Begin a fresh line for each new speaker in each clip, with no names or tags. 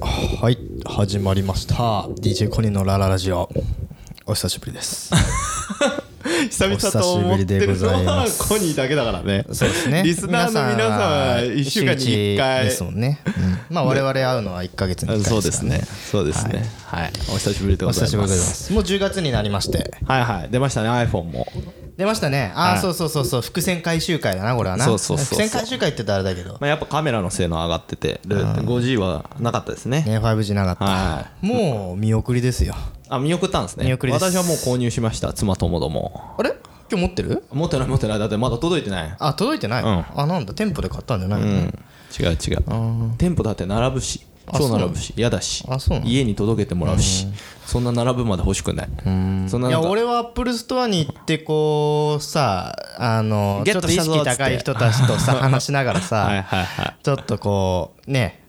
はい始まりました DJ コニーのラララジオお久しぶりです
久々と思ってるのはコニーだけだからね
そうですね
リスナーの皆さんは1週間に1回
ですもんね、うんまあ我々会うのは1か月に1回
そう
で
ですす
から
ねそうですねはい、お久しぶりで
お
ござい
久
ま
しぶりでござ
す
いますもう10月になりまして
はいはい出ましたね iPhone も
出ましたねあ
は
あ
い
そうそうそうそう伏線回収会だなこれはな
そうそうそうそう
伏線回収会って言ったらあれだけど
まあやっぱカメラの性能上がっててで 5G はなかったですね
ね 5G なかった、
は
もう見送りですよ
あ見送ったんですね
見送りです
私はもう購入しました妻ともども
あれ今日持ってる
持ってない持ってないだってまだ届いてない
あ届いてない、
うん
あなんだ店舗で買ったんじゃないの、
うん違う違う店舗だって並ぶし
あ
そ
そ
う
うなの
並ぶし嫌だし
あそうなの
家に届けてもらうしそんな並ぶまで欲しくないそんないなん
や
か
俺はアップルストアに行ってこうさあの
ゲ
ちょっ
ット
と
し
意
たぞ
識高い人たちとさ話しながら
はい
さ
はいはい
ちょっとこうね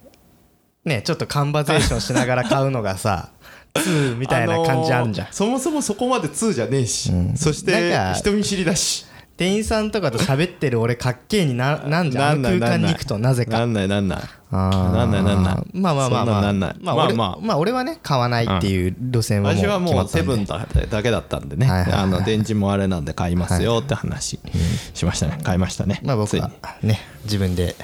ねちょっとカンバゼーションしながら買うのが さ2みたいな感じあんじゃん
のーそもそもそこまで2じゃねえし、そし
なん
て
か
人見知りだし
店員さんとかと喋ってる俺かっけえに ななんじゃんあの空間に行くとなぜ
な
か
んないなんない
あー
なんないなんない
まあまあまあまあ
そんなんなんない
まあ俺
まあまあ
まあ俺はね買わないっていう路線はもう
私
決
はも
ま
う
った
セ
んで
ブンだだけだったんでね、
はいはいはい
あの電池もあれなんで買いますよって話しましたね買いましたね
まあ僕
ついに
はね自分で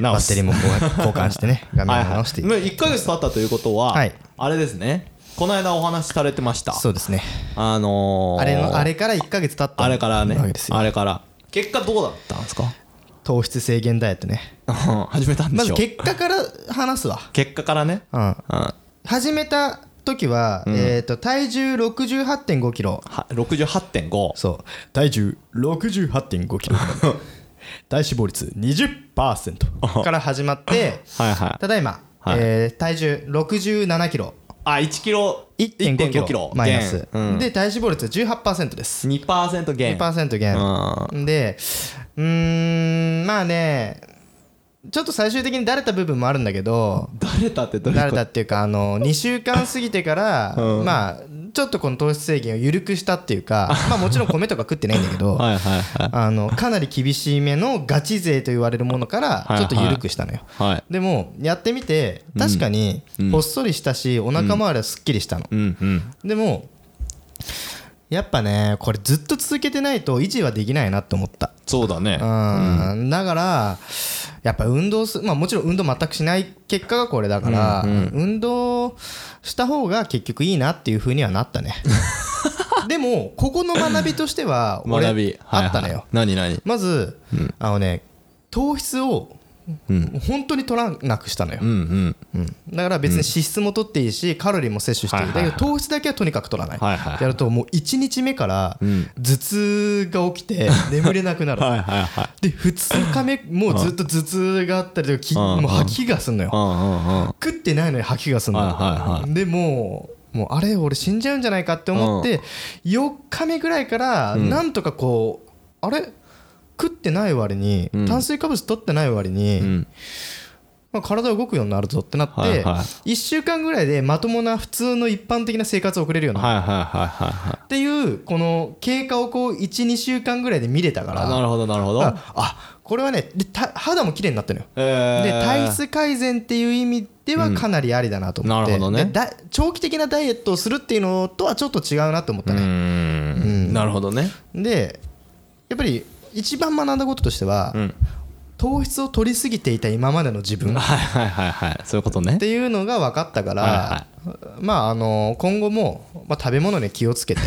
バ
直す
ッテリーも交換交換してね画面を直してい
はいはい、1か月経ったということは、
はい
あれですねこの間お話しされてました
そうですね
あのー、
あれのあれから1か月経った
あれからね
わけですよ
あれから結果どうだったんですか
糖質制限ダイエットね
始めたんで
ま
し
ず
ょ、
結果から話すわ、
結果からね、
うん、
うん、
始めた時は、えー、と体重6 8 5キロ
は68.5
そう体重6 8 5キロ 体脂肪率20%から始ま って
はいは
ただいま、
はい
えー体重6 7キロ
あ1キロ
1 5キ
1.5
ロマイナス
減、うん、
で体脂肪率18%です
2%減
2%減でうーんまあねちょっと最終的にだれた部分もあるんだけど
誰だってどれ
だ
だ
れたっていうかあの2週間過ぎてから、まあちょっとこの糖質制限を緩くしたっていう かまあもちろん米とか食ってないんだけど、
はいはいはい
あのかなり厳しめのガチ勢と言われるものから
はい
ちょっと緩くしたのよ、
はい
でもやってみて確かにほっそりしたし、お腹周りはすっきりしたの、
うんうん
でもやっぱねこれずっと続けてないと維持はできないなって思った
そうだね
うんだからやっぱ運動すまあもちろん運動全くしない結果がこれだから、運動した方が結局いいなっていうふうにはなった ねでもここの学びとしては俺
学び
あったのよ、
はいはい何何
まず、あのね糖質を本当に取らなくしたのよ、
うんうん
だから別に脂質も取っていいしカロリーも摂取していい,、
はいはいはい
だけど糖質だけはとにかく取らない,、
はいはいはい
やるともう1日目から頭痛が起き て眠れなくなる
はいはいはい
で2日目 もうずっと頭痛があったりとかきもう吐き気がすんの
う
よ
んうんうん
食ってないのに吐き気がすんのよ、
はいはいは
でもうもうあれ俺死んじゃうんじゃないかって思って4日目ぐらいからなんとかこうあれ食ってない割に炭水化物取ってない割に、
ん
まあ、体動くようになるぞってなって、
はいは
1週間ぐらいでまともな普通の一般的な生活を送れるようになる
はいはいはいはいはい
っていうこの経過をこう12週間ぐらいで見れたから
あなるほどなるほど
ああこれはねでた肌も綺麗になったのよ
えー
で体質改善っていう意味ではかなりありだなと思って、
なるほどね
でだ長期的なダイエットをするっていうのとはちょっと違うなと思った
う
ね、
んなるほどね
でやっぱり一番学んだこととしては、
ん
糖質を取りすぎていた今までの自分っ
はいはいはいはいそういうことね
ていうのが分かったから、
はい
まああの今後も、まあ、食べ物に気を つけて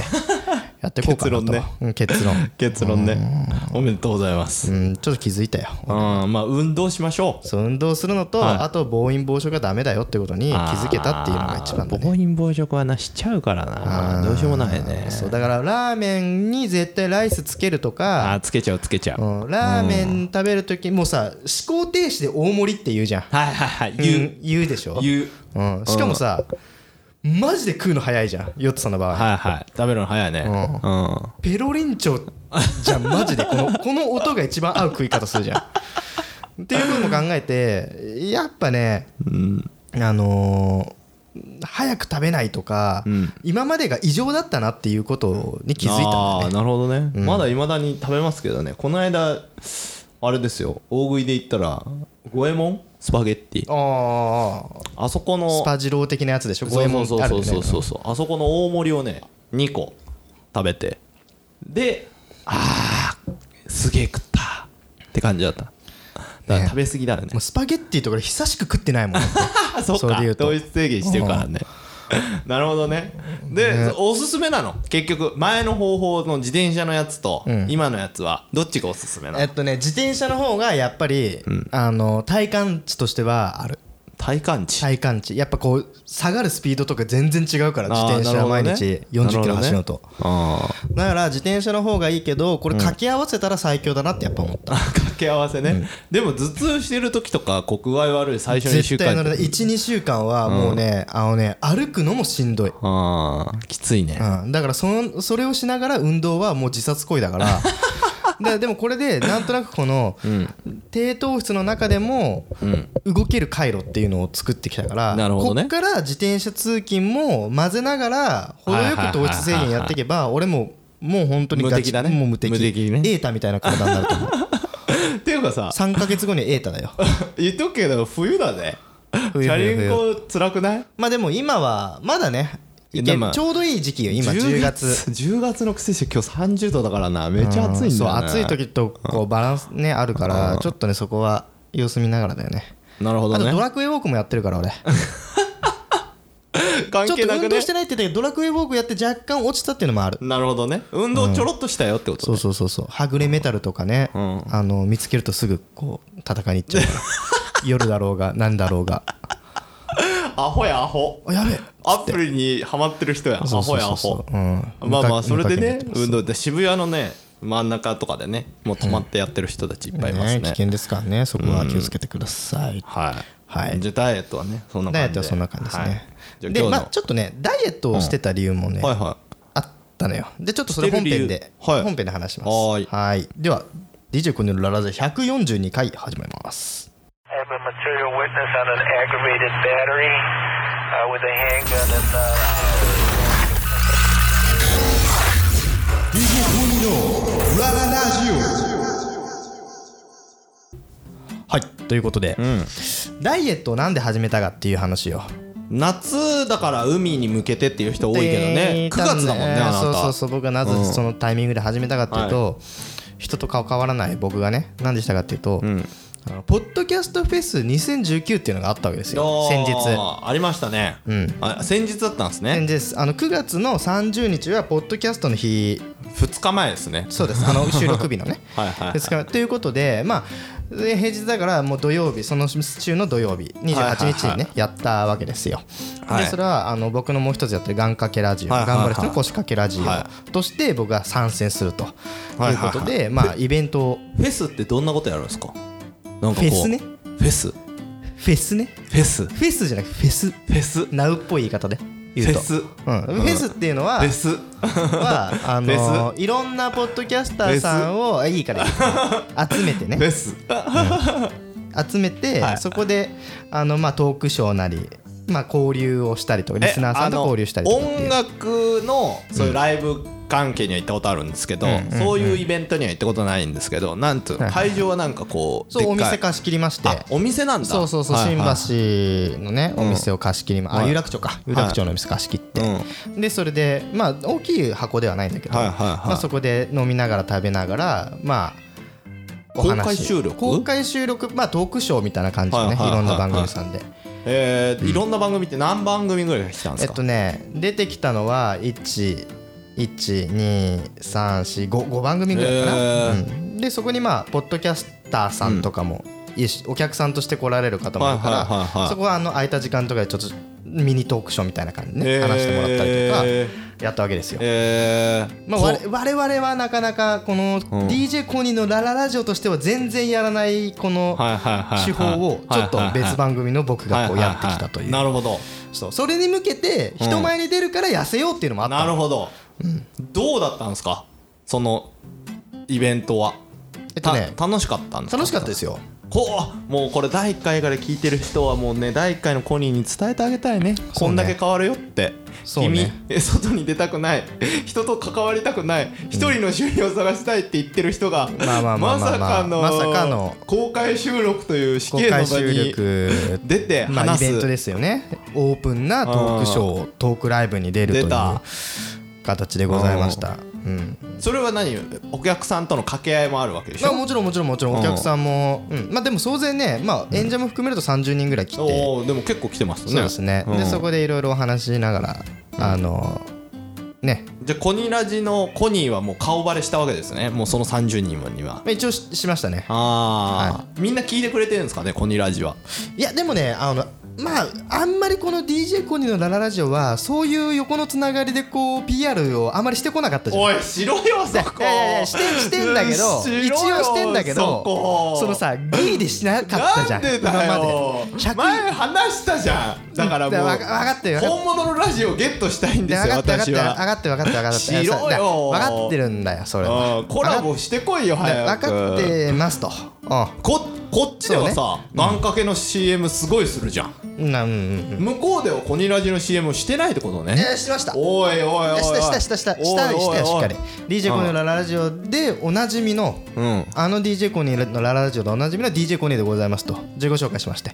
やっていこうかなと
結論ね
うん結論
結論ねおめでとうございます
うんちょっと気づいたよ
うんまあ運動しましょう
そう運動するのと、
はい
あと暴飲暴食がダメだよってことに気づけたっていうのが一番だ
あー
ね
暴飲暴食はなしちゃうからなどうしようもないね
そうだからラーメンに絶対ライスつけると
あ
か
ーつけちゃうつけちゃう、
うんラーメン食べるときもうさ思考停止で大盛りって言うじゃん
はいはいはい言う、
うん言うでしょ
言う
うんしかもさマジで食うの早いじゃんヨットさんの場合
はいはい食べるの早いねうん、
ペロリンチョじゃんマジで このこの音が一番合う食い方するじゃんっていうのも考えてやっぱねあのー早く食べないとか、今までが異常だったなっていうことに気づいたんだね
あーなるほどね、まだいまだに食べますけどねこの間ああれですよ大食いで言ったら五右衛門スパゲッティ
ああ
あそこの
スパジロー的なやつでしょ五
そ
右
う
衛門
そうそう
ある
そ
よ
う
ね
そうそうそうあそこの大盛りをね2個食べてであーすげえ食ったって感じだっただから
ね
食べ過ぎだよね
もうスパゲッティとか久しく食ってない もん
あそっ
それ
か
で言うと
糖質制限してるからねなるほどねで、おすすめなの結局前の方法の自転車のやつと
ん
今のやつはどっちがおすすめな
え
の
っとね自転車の方がやっぱり、あの体感値としてはある
体感値
体感値やっぱこう下がるスピードとか全然違うから
あ
自
ー
転車毎日
なる
40
ほどね
キロ走るのと
あー
だから自転車の方がいいけどこれ掛け合わせたら最強だなってやっぱ思った
掛け合わせね、でも頭痛してる時とかこう具合悪い最初の1週
絶対
間
乗れない12週間はもうねあのね歩くのもしんどい
あーきついね
うん、だからそのそれをしながら運動はもう自殺行為だから ででもこれでなんとなくこの低糖質の中でも動ける回路っていうのを作ってきたから
なるほどね
こっから自転車通勤も混ぜながら程よく糖質制限やっていけば俺ももう本当にガチ
無敵だね
もう無敵
無敵ね
エータみたいな体になる と思う
っていうかさ
3ヶ月後にエータだよ
言っとくけど冬だねチ
冬
ャ
冬
リンコ辛くない
まあでも今はまだねい
いや
け
でも
ちょうどいい時期よ今10月
10月のくせして今日30度だからなめっちゃ暑いんだよ、ね
そう暑い時とこうバランスねあるからちょっとねそこは様子見ながらだよね
なるほ
あ
ど
とド
ね
ラクエウォークもやってるから俺
関
ちょっ
係な
と
く
運動
ね
してないって言ったけどドラクエウォークやって若干落ちたっていうのもある
なるほどね運動ちょろっとしたよってこと、
そうそうそうそうはぐれメタルとかねあの見つけるとすぐこう戦いに行っちゃうから 夜だろうが何だろうが
アホやアホ
あやべえ
アプリにハマってる人やア
そうそう
ホや
そ
ア
うそう
ホ
うん
まあまあ
見か
それで
見か
ね
けてます
運動で渋谷のね真ん中とかでねもう止まってやってる人たちいっぱいいますね,、
ね危険ですからねそこは気をつけてください
はい、
はい
じゃあダイエットはねそんな感
ダイ
じで
エットはそんな感じです
はい
ね
じゃあ
で
今日の、
まあちょっとねダイエットをしてた理由もね
はいはい
あったのよでちょっとそれ本
して
編
る理
で、
由はい
本編で話します
はーい
では DJ コネのララゼ142回始めます
I have a material witness on an aggravated battery uh, with a handgun and. Uh
はいということで、ダイエットをなんで始めたかっていう話を
夏だから海に向けてっていう人多いけどね9月だもんねあなた
そうそうそう僕がなぜそのタイミングで始めたかっていうと、人と顔変わらない僕がね何でしたかっていうと、あのポッドキャストフェス2019っていうのがあったわけですよ
あ
先
ー
日
ありましたね、あ先日だったんです
先
ね
日あの9月の30日はポッドキャストの日
2日前ですね
そうですあ の収録日のね
はいはいはい
ですからということでまあで平日だからもう土曜日その週の土曜日28日にね、
はいはいは
やったわけですよ、
はい
でそれはあの僕のもう一つやってる願掛けラジオ、
はいはいはい
頑張る人の腰掛けラジ
は
オとして僕が参戦すると
はいいうは
こ
い
とで、まあイベントを
フェスってどんなことやるんですかなんかこ
フ
う
ェスね
フェスフ
フェスね
ェスフ
フェスじゃなくフェス
ェスフ
ナウっぽい言い方で言う
ェ
と
スフ
うん、フェスっていうのは、
ェス
はあのいろんなポッドキャスターさんをあいいからいいから集めてね
フェス
集めて、
はい
そこであの、まあ、トークショーなり、まあ、交流をしたりとかリ
え
スナーさんと交流したりとかってい
音
う
楽のそういうライブ関係には行ったことあるんですけど、そういうイベントには行ったことないんですけどなんつう
は
の
いは
会場はなんかこう
そうお
でっ
店
い
貸し切りまして
あお店なんだ
そうそうそう、
はいはい
新橋のねお店を貸し切りま、あ有楽町か有楽町のお店貸し切って、でそれでまあ大きい箱ではないんだけど、
はいはいはい
まあ、そこで飲みながら食べながらまあお話
公開収録
公開収録まあトークショーみたいな感じでね、
はい
い
はいはい
ろんな番組さんで、
えーいろんな番組って何番組ぐらい来たんで
え
す
っ
か、
とね出てきたのは1123455番組ぐらいかな、
へー
うんでそこにまあポッドキャスターさんとかもいるし、お客さんとして来られる方もいるから、
はいはいはいはい
そこはあの空いた時間とかでちょっとミニトークショーみたいな感じでね、
へー
話してもらったりとかやったわけですよ。
えー
まあ、
こ
我我々はなかなかこの DJ コニーの「ラララジオ」としては全然やらないこの
はいはいはいはい
手法をちょっと別番組の僕がこうやってきたという
なるほど
そうそれに向けて人前に出るから痩せようっていうのもあったの、
なるほど、どうだったんですかそのイベントは、
えっとね
た楽しかったんですか
楽しかったですよ
こうもうこれ第1回から聞いてる人はもうね第1回のコニーに伝えてあげたいねこんだけ変わるよって
そうね
君え 外に出たくない人と関わりたくない一人の趣味を探したいって言ってる人が、
まあまあまあまあまあ
ま
ま
さ
さ
か
か
の
の
公開収録という死
公
刑の
開
場
収
に
録
出て
まあ、
話
イ
す、
ベントですよねオープンなトークショートークライブに出るとい
出
う
た
形でございました、うん
それは何お客さんとの掛け合いもあるわけでし
まあ、
ょ
もちろんもちろんもちろんお客さんも、うんまあ、でも総勢ね、まあ、演者も含めると30人ぐらい来て、
おーでも結構来てますね
そうですね、
ん
でそこでいろいろお話ししながら、あのね
じゃあコニラジのコニーはもう顔バレしたわけですねもうその30人もには
まあ一応ししましたね
ああ、みんな聞いてくれてるんですかねコニラジはい
やでもねあのまああんまりこの DJ コニーのラララジオはそういう横のつながりでこう PR をあまりしてこなかったじゃん
おいしろよそこ
いやいやいやしてしてんだけど
しろよ
一応してんだけ
そこ
どそのさギリでしなかったじゃん
なんでだ
今ま
よ
で100
前話したじゃんだからもう
だからわかわかってるわかっ
本物のラジオゲットしたいん
で
です
分
よ
かって分かって
私
分
は
かって分かって分かって
しろよ
分かってるんだよそれは
うんコラボしてこいよ
分
早
か
く
ってますと
ここっちでは
そ
さ願掛けの CM すごいするじゃん
うんなうんうん
向ここうではコニラジの CM をしてないってこと
うん
ね
えしました
おいおいおいおい
したしたしたしたした
おいおいお
した
い
よしっかり DJ コニーのララジオでおなじみの
うん
あの DJ コニーのラララジオでおなじみの DJ コニーでございますと自己紹介しまして、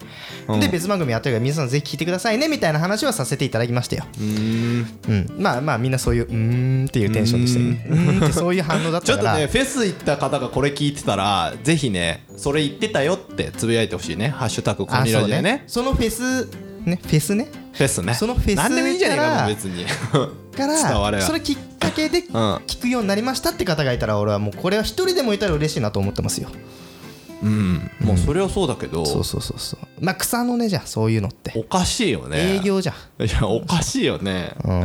で別番組やってるから皆さんぜひ聞いてくださいねみたいな話はさせていただきましたよ、うん、まあまあみんなそういう「うーん」っていうテンションでしたよねうーんってそういう反応だっ
ちょ
た
っ
か
と
ら
ねフェス行った方がこれ聞いてたらぜひねそれ言ってたよってつぶやいてほしいね「ハッシュタグコ
あ
ニラ
そう
ジ」で
ね
ね
そのフェスねフェスね
フェスね
そのフェス
何でもいいじゃねえか
から
もう別に伝わ
か
れ
ら
ば
それきっかけ で聞くようになりましたって方がいたら俺はもうこれは一人でもいたら嬉しいなと思ってますよ
うんもうそれはそうだけど
そうそうそうそうまあ草の根じゃんそういうのって
おかしいよね
営業じゃん
いやおかしいよね
うん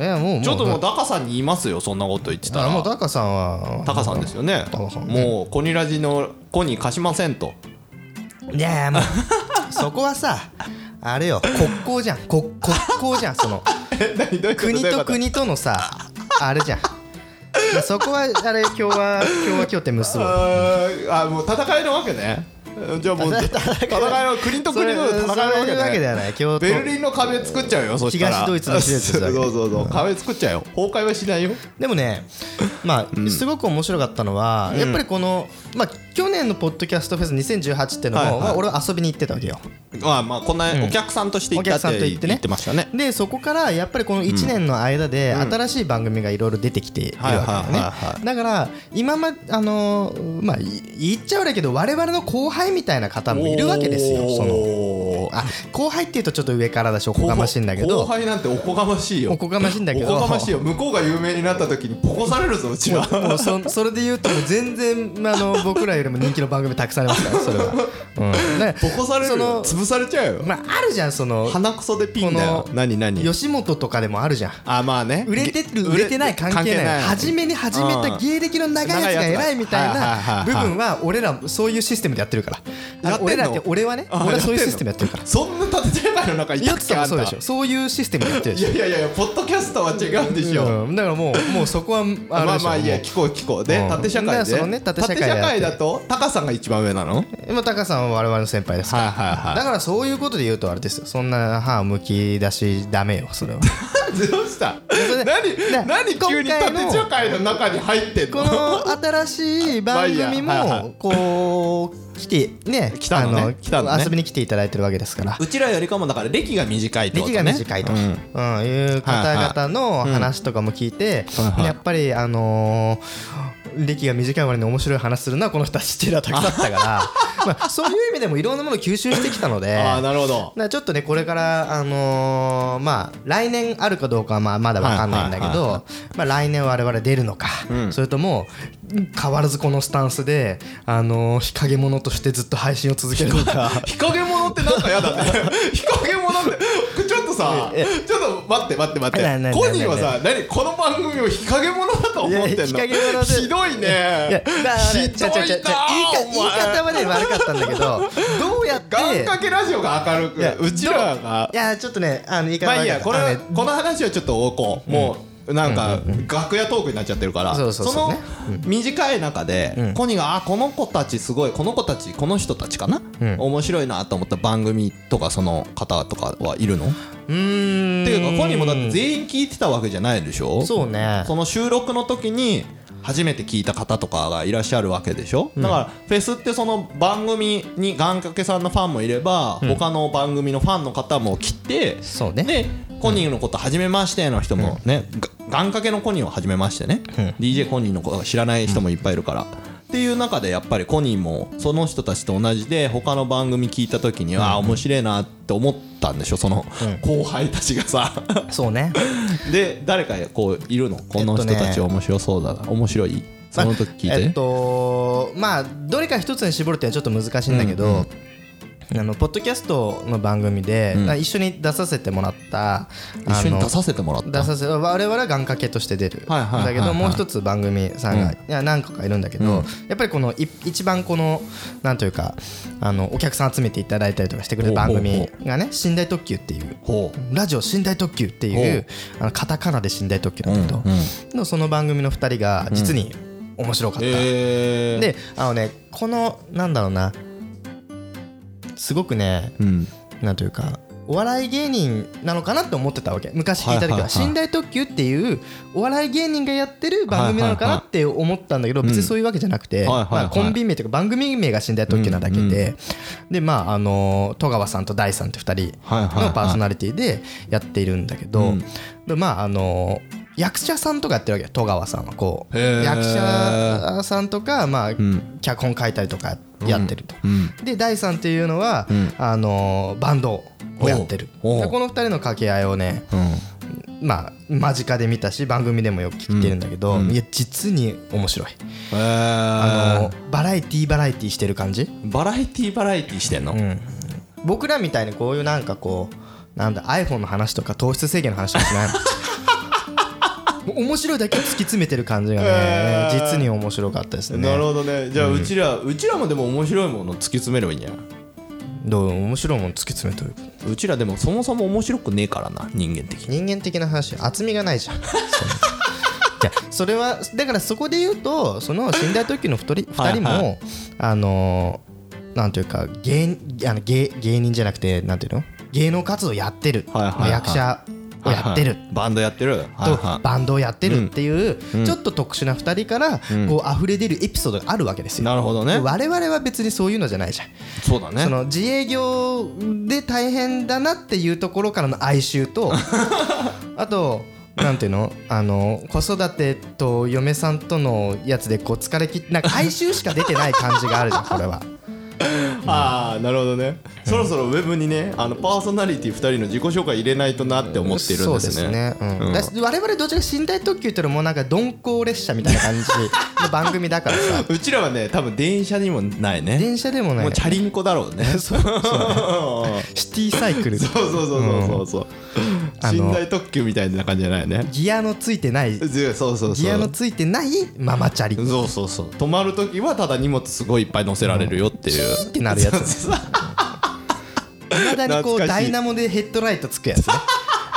いやもう
ちょっとも
う
うダカさんに言いますよそんなこと言ってた
あもう
ら
タカさんは
タカさんですよね
タカさんね
もうコニラジのコニー貸しませ んと
いやいやもうそこはさあれよ国交じゃん国国交じゃんその国と国とのさあれじゃんまあそこはあれ共和共和協定結ぼう
あーあもう戦いのわけねじゃあもう戦いの国と
そ
国
れ
との戦いのわ
そう
け
いう
ね
わけではない共和
ベルリンの壁作っちゃうよそしたら
東ドイツの手術するわけ
そうそうそう壁作っちゃうよ崩壊はしないよ
でもね、まあ、すごく面白かったのは、やっぱりこの、まあ、去年のポッドキャストフェス2018ってのも、
はいはい
まあ俺は遊びに行ってたわけよ。
まあまあこんなお客さんとして
お
行った
客
っ
さんと
て
行ってね
言ってましたね
でそこからやっぱりこの1年の間で新しい番組がいろいろ出てきているわけだよ
はいはいはいは
ねだから今まあのーまあい言っちゃ悪いけど我々の後輩みたいな方もいるわけですよその
の
あ後輩っていうとちょっと上からだしおこがましいんだけ
後
ど
輩なんておこがましいよ
おこがましいんだけど
おこがましいよ向こうが有名になった時に ボコされるぞうちは
もう そそれで言うともう全然、まあ、あの僕らよりも人気の番組たくさんありますからそれは、うん、だから
ボコされる
そ
よ
の
潰されちゃうよ
まあ、あるじゃんその
鼻くそでピンだよ
この
何何
吉本とかでもあるじゃん
あまあね
売れてる売れてない関係ない初めに始め
う
た
ん
芸歴の長いやつが偉いみたい
はいはい
な
はいはい
部分は俺らそういうシステムでやってるから
や
あ
ってんの
俺らって俺はね
あ
俺はそういう
やってんの
システムやってるから
そんな立て前の中いた
ヨ
っ
ッツ
け
さんも
あん
そうでしたょそういうシステムでやってる
い
でし
やいやいやいやポッドキャストは違うでしょ、
ょうんだからもうもうそこはあれでしょ
まあまあいいや
も
聞こう聞こうで、
うん
縦社
だか
会
らそ
で、
のね縦社会でやって
だとタカさんが一番上なのはいう
今タカさんは我々の先輩ですから
は
だからそういうことで言うとあれですよそんな歯むき出しダメよそれ は
いどうした
それでだ
何何急に
今回の
縦社会の中に入ってん
こ
の
の新しい番組
まあいいやはいは
もこう来てね
来たのね
あ
来たのね
遊びに来ていただいてるわけですから
うちらよりかもだから歴が短いってこと
歴
ね
が短いと、
う
うんんいう方々の話とかも聞いて、
はい
やっぱりあのー歴が短い割に面白い話するのはこの人たちっていうのはたくさんあった からまあそういう意味でもいろんなものを吸収してきたので
ああなるほど
だからちょっとねこれからあのーまあ来年あるかどうかはまあまだわかんないんだけ
はいはい
どまあ来年我々出るのか、それともうん変わらずこのスタンスであのー日陰者としてずっと配信を続けるのか
日陰者ってなんかやだね 日陰者ってちょっとさちょっと待って待って待っ
な
て
な
コニーはさ
な
何この番組を日陰者だと思ってん
いや
の
日陰者で
ひどい
いや
ね
だからね
ひどいな
違う違う違う言いか言い方はね悪かったんだけどどうやって
願掛けラジオが明る
いや
くうちらが
いやちょっとねあの言い方
まあい
悪
い
か
や
った
これ
あの
は
ね
この話はちょっとおこうもうなんか楽屋トークになっちゃってるから
そうそうそう
の
ね
短い中で
ん
コニーが「あこの子たちすごいこの子たちこの人たちかな
うん
面白いな」と思った番組とかその方とかはいるのって
うーん
いうかコニーもだって全員聞いてたわけじゃないでしょ
そうね
その収録の時に初めて聞いた方とかがいらっしゃるわけでしょ、だからフェスってその番組に願掛けさんのファンもいれば、他の番組のファンの方も来て
そうね
でコニーのこと初めましての人もね、が願掛けのコニーを初めましてね、DJ コニーのことが知らない人もいっぱいいるから。っていう中でやっぱりコニーもその人たちと同じで他の番組聞いた時にああ面白いなって思ったんでしょその後輩たちが さ
そうね
で誰かこういるのこの人たち面白そうだな、面白いその時聞いて、
えっとまあどれか一つに絞るってのはちょっと難しいんだけど、あのポッドキャストの番組で、
うん
あ一緒に出させてもらった
一緒に出
あの
させてもらった
出させ我々は願掛けとして出る、
はいはいはいはい
だけどもう一つ番組さんが、
うん
いや何個かいるんだけど、
うん
やっぱりこのい一番このなんというかあのお客さん集めていただいたりとかしてくれる番組がね「寝台特急」っていう
ほう
ラジオ寝台特急っていうあのカタカナで寝台特急なんだけど、
うんうん
のその番組の2人が実に面白かった、
えー、
であのねこのなんだろうなすごくね
うん
なんというかお笑い芸人なのかなって思ってたわけ昔聞いた時は,、
はいはいはい
寝台特急っていうお笑い芸人がやってる番組なのかなって思ったんだけど、
はいはいは
別
い
にそういうわけじゃなくて、
うんはいはいはい
まあ、コンビ名というか番組名が寝台特急なだけで、
うんうん
でまああの戸川さんと大さんって2人
はいはいはい
のパーソナリティでやっているんだけど、
うん
でまああの役者さんとかやってるわけよ戸川さんはこう
へー
役者さんとか、まあ
ん
脚本書いたりとかやってると、
うん
で第3っていうのは、
うん
あのバンドをやってる
おうおう
でこの2人の掛け合いをねまあ間近で見たし番組でもよく聞いてるんだけど、
うん
いや実に面白い、
え
あの
ー、
バラエティーバラエティーしてる感じ、
バラエティバラエティしてんの、
うん僕らみたいにこういうなんかこうなんだ iPhone の話とか糖質制限の話とかしない のもう面白いだけ突き詰めてる感じがね、
へー
実に面白かったですね
なるほどねじゃあうちら、うちらもでも面白いもの突き詰めればいいんじゃない
どう面白いもん突き詰めてる
うちらでもそもそも面白くねえからな人間的に
人間的な話厚みがない じゃんそんなじゃあそれはだからそこで言うとその死んだ時の2人
はい
二人もあのーなんというか芸あの芸芸人じゃなくてなんていうの芸能活動やってる、
はいはいはい
まあ役者をやってる、
はいはいバンドやってるはい
と
は
バンドをやってるっていう、
うん
ちょっと特殊な2人からこう溢れ出るエピソードがあるわけです
い
よ。
なるほどね
我々は別にそういうのじゃないじゃん、
そうだね
その自営業で大変だなっていうところからの哀愁 とあとなんていうのあの子育てと嫁さんとのやつでこう疲れきってなんか哀愁しか出てない感じがあるじゃん これは
ああなるほどねそろそろウェブにねあのパーソナリティ2人の自己紹介入れないとなって思っているんですね
そうですね、うん
うん
だし我々どちらか寝台特急っていうのもなんか鈍行列車みたいな感じの番組だから さ
うちらはね多分電車にもないね
電車でもな
も
いう
チャリンコだろうねそうそう
シティサイクル
そうそうそうそう
あの
寝台特急みたいな感じじゃないよね
ギアのついてない
そうそうそう
ギアのついてないママチャリっ
そうそうそう泊まる時はただ荷物すごいいっぱい乗せられるよっていう、
てなるやつ
そうそうそう
いまだにこう
懐かしい
ダイナモでヘッドライトつくやつね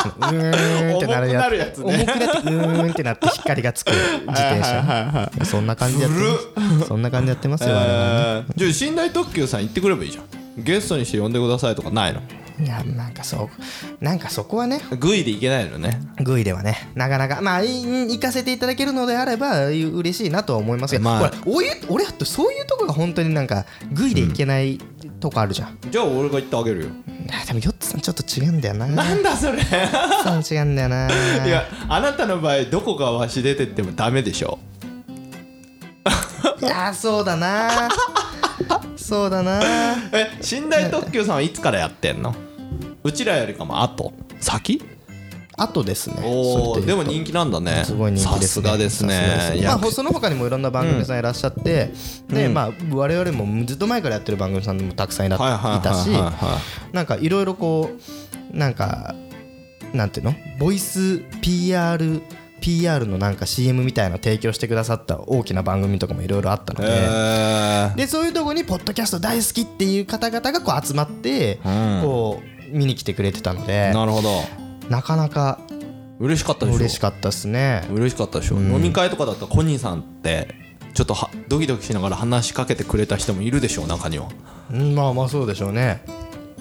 うーんってなるやつ
重くなるや
重くなっ
つね
てうーんってなって光がつく自転車そんな感じやってますそんな感じやってますよ我々は
えーじゃあ寝台特急さん行ってくればいいじゃんゲストにして呼んでくださいとかないの
いやなんかそうなんかそこはね
グイで行けないのね
グイではねなかなかまあい行かせていただけるのであればう嬉しいなとは思いますけど、
まあ
ほらおゆ俺だってそういうとこが本当になんかグイでいけないとこあるじゃん、
じゃあ俺が行ってあげるよ
あでもヨッツさんちょっと違うんだよなヨ
なんだそれい
ッツさん違うんだよない
やあなたの場合どこかわし出てってもダメでしょ
いやそうだなそうだな
え寝台特急さんはいつからやってんのうちらよりかも後先
あとですねそ
おお
れとい
で
う
も人気なんだね
すごい人気ですね
さすがです
さすが
ね
です
い
まあ
や
ほその他にもいろんな番組さんいらっしゃって、でまあ我々もずっと前からやってる番組さんもたくさんいら
はいはい
いたし
はいはいは
なんかいろいろこうなんかなんていうのボイス PR PR のなんか CM みたいなの提供してくださった大きな番組とかもいろいろあったの
へ
で、
え
でそういうとこにポッドキャスト大好きっていう方々がこう集まって、
うん
こう見に来てくれてたので
なるほど
なかなか
嬉しかったでしょ
嬉しかったですね
嬉しかったでしょ、飲み会とかだったらコニーさんってちょっとはドキドキしながら話しかけてくれた人もいるでしょう中には
うんまあまあそうでしょうね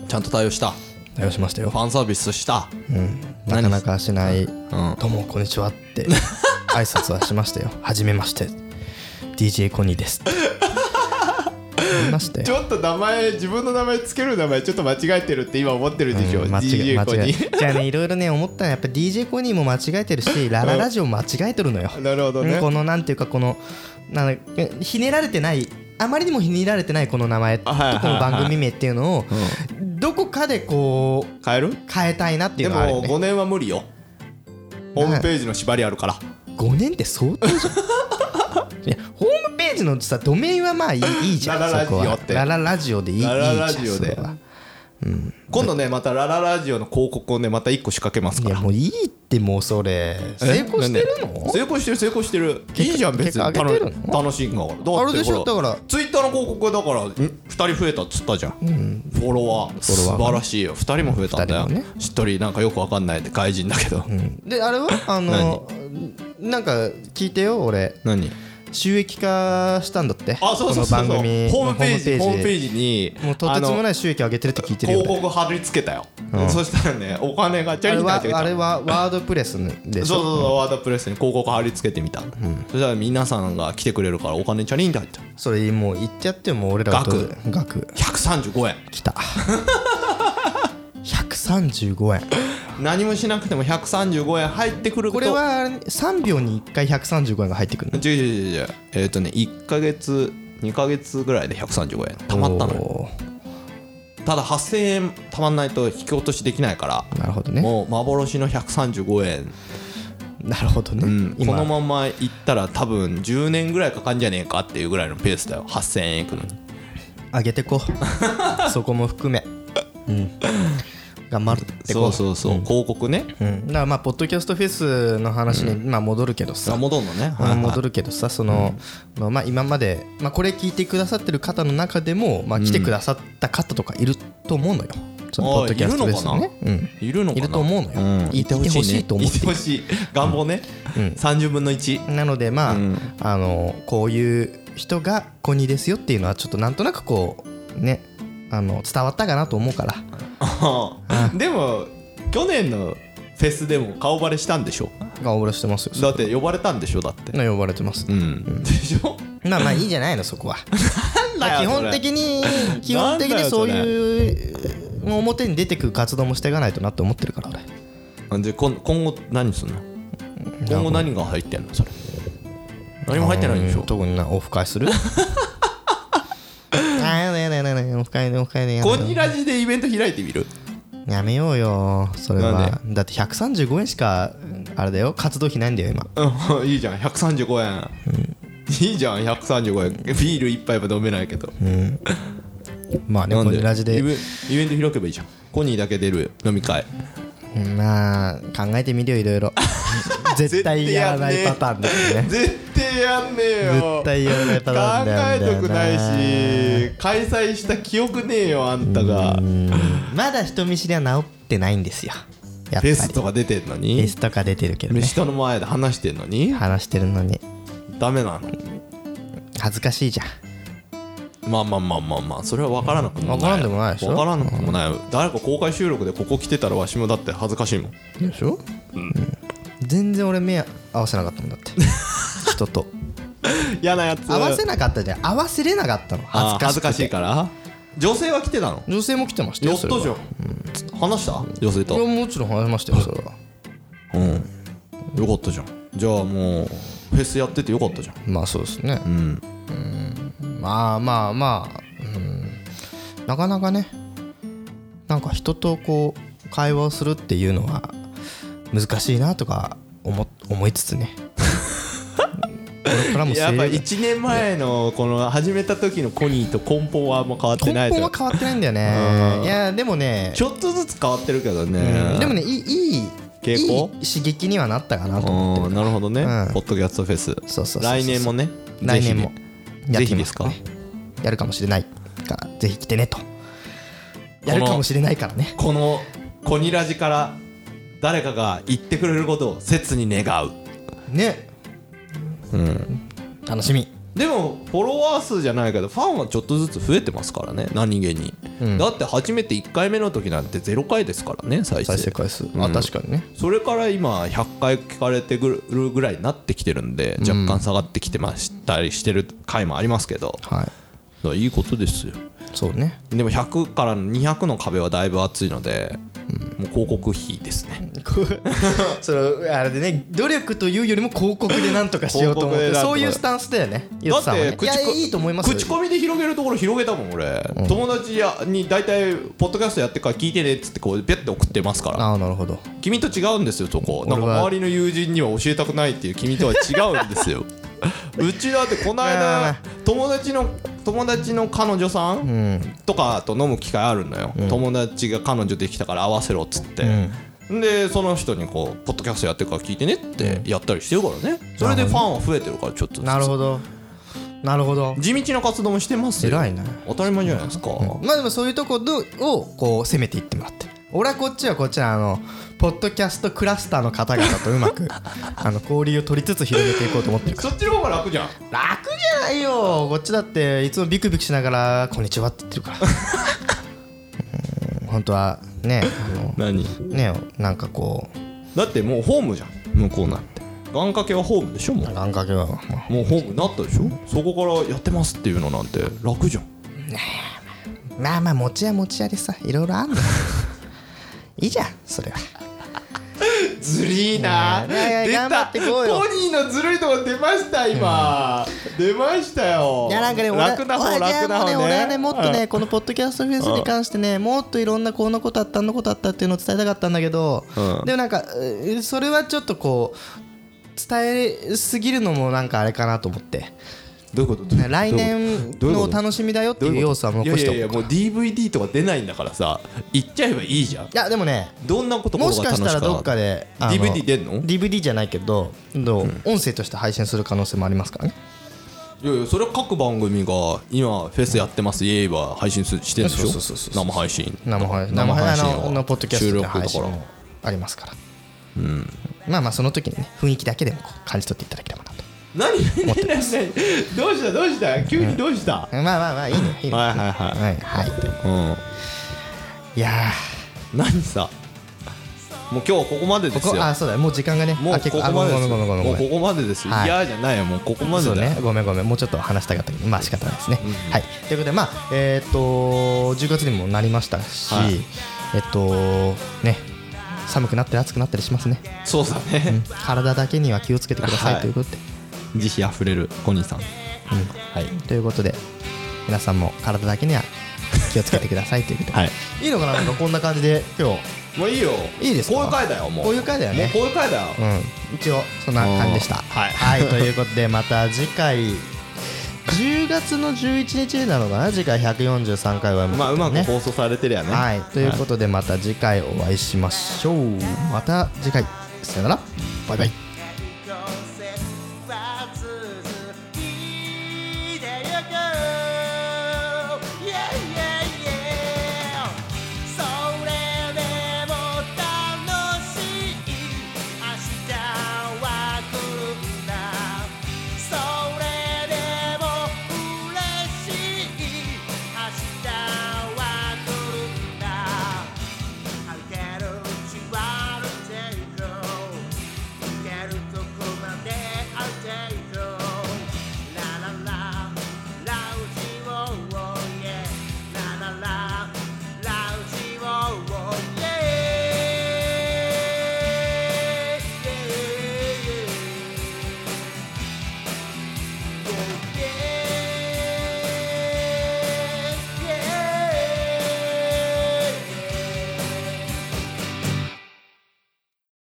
ちゃんと対応した
対応しましたよ
ファンサービスした
うんなかなかしない「どうもこんにちは」って 挨拶はしましたよ「はじめまして DJ コニーです」言いましたよ
ょっと名前自分の名前つける名前ちょっと間違えてるって今思ってるで
うん間違え間違えじゃあねいろいろね思ったのはやっぱ DJ コニーも間違えてるしラララジオも間違えてるのよ、
なるほど
うんこのなんていうかこのなんかえひねられてないあまりにもひねられてないこの名前とこ
あはいはいはい
の番組名っていうのをどこかでこう
変える
変えたいなってい
で
うのはあるよ
も
ね
5年は無理よホームページの縛りあるから
5年って相当じ ゃんいやホームページのさドメインはまあいいいいじゃん
ラララジ
そこ
オ
は
って
ラララジオでいいいいじゃ
ラ
ん
ララジオで
そこは
今度ねまたラララジオの広告をねまた1個仕掛けます
い
か
や
ら
もういいってもうそれ成功してる
なんで
の
成功してる成功してるいいじゃん
結
別に
果上げてるの
楽楽しいんだからだ
あれでしょだから
ツイッターの広告だから2人増えたっつったじゃん、フォロワー素
ォロワーが
晴らしいよ2人も増えたんだよ、
二人もね
しっとりなんかよくわかんないで外人だけど、
であれはあのなんか聞いてよ俺
何
収益化したんだって
あそうそうそうそう
この番組
ホームページ
の
ホームペー
ジ
ジに
もうとてつも
あの
ない収益上げてるって聞いてるよ
広
俺
告貼り付けたよ、そしたらねお金がチャ
あ
リ
れ
ン
は
って入ってきた
あれはワードプレスでし
そう
ょ
そうそうワードプレスに広告貼り付けてみた、そしたら皆さんが来てくれるからお金チャリンって入った
それもう言ってやっても俺らはどう額
135円
きた135円
何もしなくても135円入ってくると
これは3秒に1回135円が入ってくるの
違う違う違う違うえっ、とね1ヶ月2ヶ月ぐらいで135円たまったのよ
おー
ただ8000円たまんないと引き落としできないから
なるほどね
もう幻の135円、
なるほどね、
うんこ
今
のままいったら多分10年ぐらいかかんじゃねえかっていうぐらいのペースだよ8000円いくのに
上げてこ そこも含め、うん、頑張って
そ
こ
うそうそう、広告ね
うん、だからまあポッドキャストフェスの話にまあ戻るけどさ、
あ戻んのね、
まあ戻るけどさその、のまあ、今まで、まあ、これ聞いてくださってる方の中でも、まあ、来てくださった方とかいると思うのよ、そのポッドキャストフェスのねうん
いるのかない
ると思うのよいてほしいね
いてほしい願望ね、30分の1
なのでまあ,、あのこういう人がコニーですよっていうのはちょっとなんとなくこうねあの伝わったかなと思うから
あでも去年のフェスでも顔バレしたんでしょ
顔ぶらしてますよ
だって呼ばれたんでしょだって
呼ばれてます、
うんでしょ
まあまあいいじゃないのそこはまあ基本的に基本的にそういうもう表に出てくる活動もしていかないとなって思ってるから俺
にで今今後何すんの今後何が入ってんのそれ何も入ってないでし
う
ょ
ん特になオフ会す るあやだやだやだやだオフ会でオフ会でやだ
コニラジでイベント開いてみる
やめようよそれ
な
はだって135円しかあれだよ活動費ないんだよ今
うんいいじゃん135円いいじゃん135円ビール一杯は飲めないけど
まあね
な
こ
ん
のラジで
イベイベント開けばいいじゃんコニーだけ出る飲み会
うんまあ考えてみるよいろ いろ絶対やらないパターンだよね
絶対やんねえよ
絶対やらないパターン
考
だ
え
よね
たくないし開催した記憶ねえよあんたがフ
まだ人見知りは治ってないんですよやっぱり
ェ
フ
スとか出てんの
ェ
に
スとか出てるけどね
人の前で話してんのに
話してるのに
ダメなの
恥ずかしいじゃん
まあまあまあまあまあそれは分からなくもない
分からんでもないでしょ
分からなくもない誰か公開収録でここ来てたらわしもだって恥ずかしいもん
でしょ、うん、全然俺目合わせなかったもんだって 人と
嫌なやつ
合わせなかったじゃん合わせれなかったの恥ず
あ
かし
恥ず
くて
かしいから女性は来てたの
女性も来てました
や
よ
っ
そ
とじ
れ
ゃ
は
ん話した女性
いや
と
もちろん話しましたよそれは
うんよかったじゃんじゃあもうフェスやっててよかったじゃん
まあそうですね
うん
まあまあまあ、うん、なかなかねなんか人とこう会話をするっていうのは難しいなとか思思いつつねこれからも
やっぱ
精力
1年前のこの始めた時のコニーと根本はあんま変わってな
根
いと
本
思
は
う
変わってないんだよ
う
ね
ん
いやでもね
ちょっとずつ変わってるけど
う
ね
んでもねいいいい
傾向
いい刺激にはなったかなと思って
うんなるほどね
うん
ポッドキャストフェス
そうそうそうそう
来年もね
来年も
ぜ
やってみまね
ぜひですか
やるかもしれないからぜひ来てねとやるかもしれないからね
ひこのコニラジから誰かが言ってくれることを切に願う
ね楽しみ
でもフォロワー数じゃないけどファンはちょっとずつ増えてますからね何気に、だって初めて1回目の時なんて0回ですからね再生
再生回数あ確かにね
それから今100回聞かれてくるぐらいになってきてるんで若干下がってきてましたりしてる回もありますけど、だか
はい
らいいことですよ
そうね
でも100から200の壁はだいぶ厚いので、もう広告費ですね
こう そのあれでね努力というよりも広告でなんとかしようと思っ
広告で
て
なんとか
そういうスタンスだよねゆ
だ
う
っ
さんは
て
ねい
口
や
コ
いいと思いますよ
口コミで広げるところ広げたもん俺、友達やに大体ポッドキャストやってから聞いてねっつってこうビャッて送ってますから
ああなるほど
君と違うんですよそこなん
俺
か
は
周りの友人には教えたくないっていう君とは違うん ですようちだってこの
まあ
間友達の友達の彼女さん、とかと飲む機会あるのよ、友達が彼女できたから会わせろっつって、でその人にこう「ポッドキャストやってるから聞いてね」ってやったりしてるからねそれでファンは増えてるからちょっとずつ
なるほどなるほど
地道な活動もしてますよ
偉いね
当たり前じゃないですか、
まあでもそういうとこどをこう攻めていってもらって俺はこっちはこっちはあのポッドキャストクラスターの方々とうま くあの交流を取りつつ広げていこうと思ってるか
そっちの方が楽じゃん
ら楽じゃないよこっちだっていつもビクビクしながら「こんにちは」って言ってるからうん本当はねあの
何
ねなんかこう
だってもうホームじゃん向こうなんて願掛けはホームでしょもう
願掛けはま
もうホームになったでしょそこからやってますっていうのなんて楽じゃん
あまあまあ持ち屋持ち屋でさいろいろあんのいいじゃんそれは
ずりー
いやいや頑張ってこうよ
ニーのずるいとこ出ました今、出ましたよ
いやなんかね俺俺ねもうね俺はねもっとねこのポッドキャストフェスに関してねもっといろんなこんなことあったあんなことあったっていうのを伝えたかったんだけど、
うん
でもなんかうそれはちょっとこう伝えすぎるのもなんかあれかなと思って
どういうこと
来年のお楽しみだよっていう要素は残してお
い
こ
や
う
い
か
やいやもう DVD とか出ないんだからさ行っちゃえばいいじゃん
いやでもね
どんなこと
もしかしたらどっかであの
DVD 出んの
DVD じゃないけどどう音声として配信する可能性もありますからね
いやいやそれは各番組が今フェスやってますイエーイは配信すしてるんでしょ
そうそうそうそう
生配信
生配信
生配信
あのあのポッドキャスト
収
で
録だか
配信
ら
ありますから、まあまあその時にね雰囲気だけでもこう感じ取っていただければなと
何何何何どうしたどうした急にどうした、
まあまあまあいいねいいね
はいはいはい
はい、はい、
う
いや
ん何さもう今日はここまでで
ー
す
ここ
よ
あそうだもう時間がね
もう
あ
こ
結
こ
構あ
までですよ
ごめんごめんごめんご
もう
め
こ
ん
こまでですよ、、
はいい
やじゃないよもうここまで
そう
だよ、
ね、ごめんごめんもうちょっと話したかったけどまあ仕方ないですね、はいということでまあえーっと10月にもなりましたし、
はい
えっとね寒くなったり暑くなったりしますね、
そうだ
うん
ね、
体だけには気をつけてください、
はい
ということで
慈悲あふれるコニーさん、はい
ということで皆さんも体だけには気をつけてくださいということで、
はい
い、いのかななんかこんな感じで今日
もういいよ
いいですか
こういう回だよもう
こういう回だよね
もうこういう回だよ、
うん一応そんな感じでした
うんはい
ということでまた次回10月の11日なのかな次回143回は
まあうまく
ね
放送されてりゃね、
はいということでまた次回お会いしましょうまた次回さよならバイバイ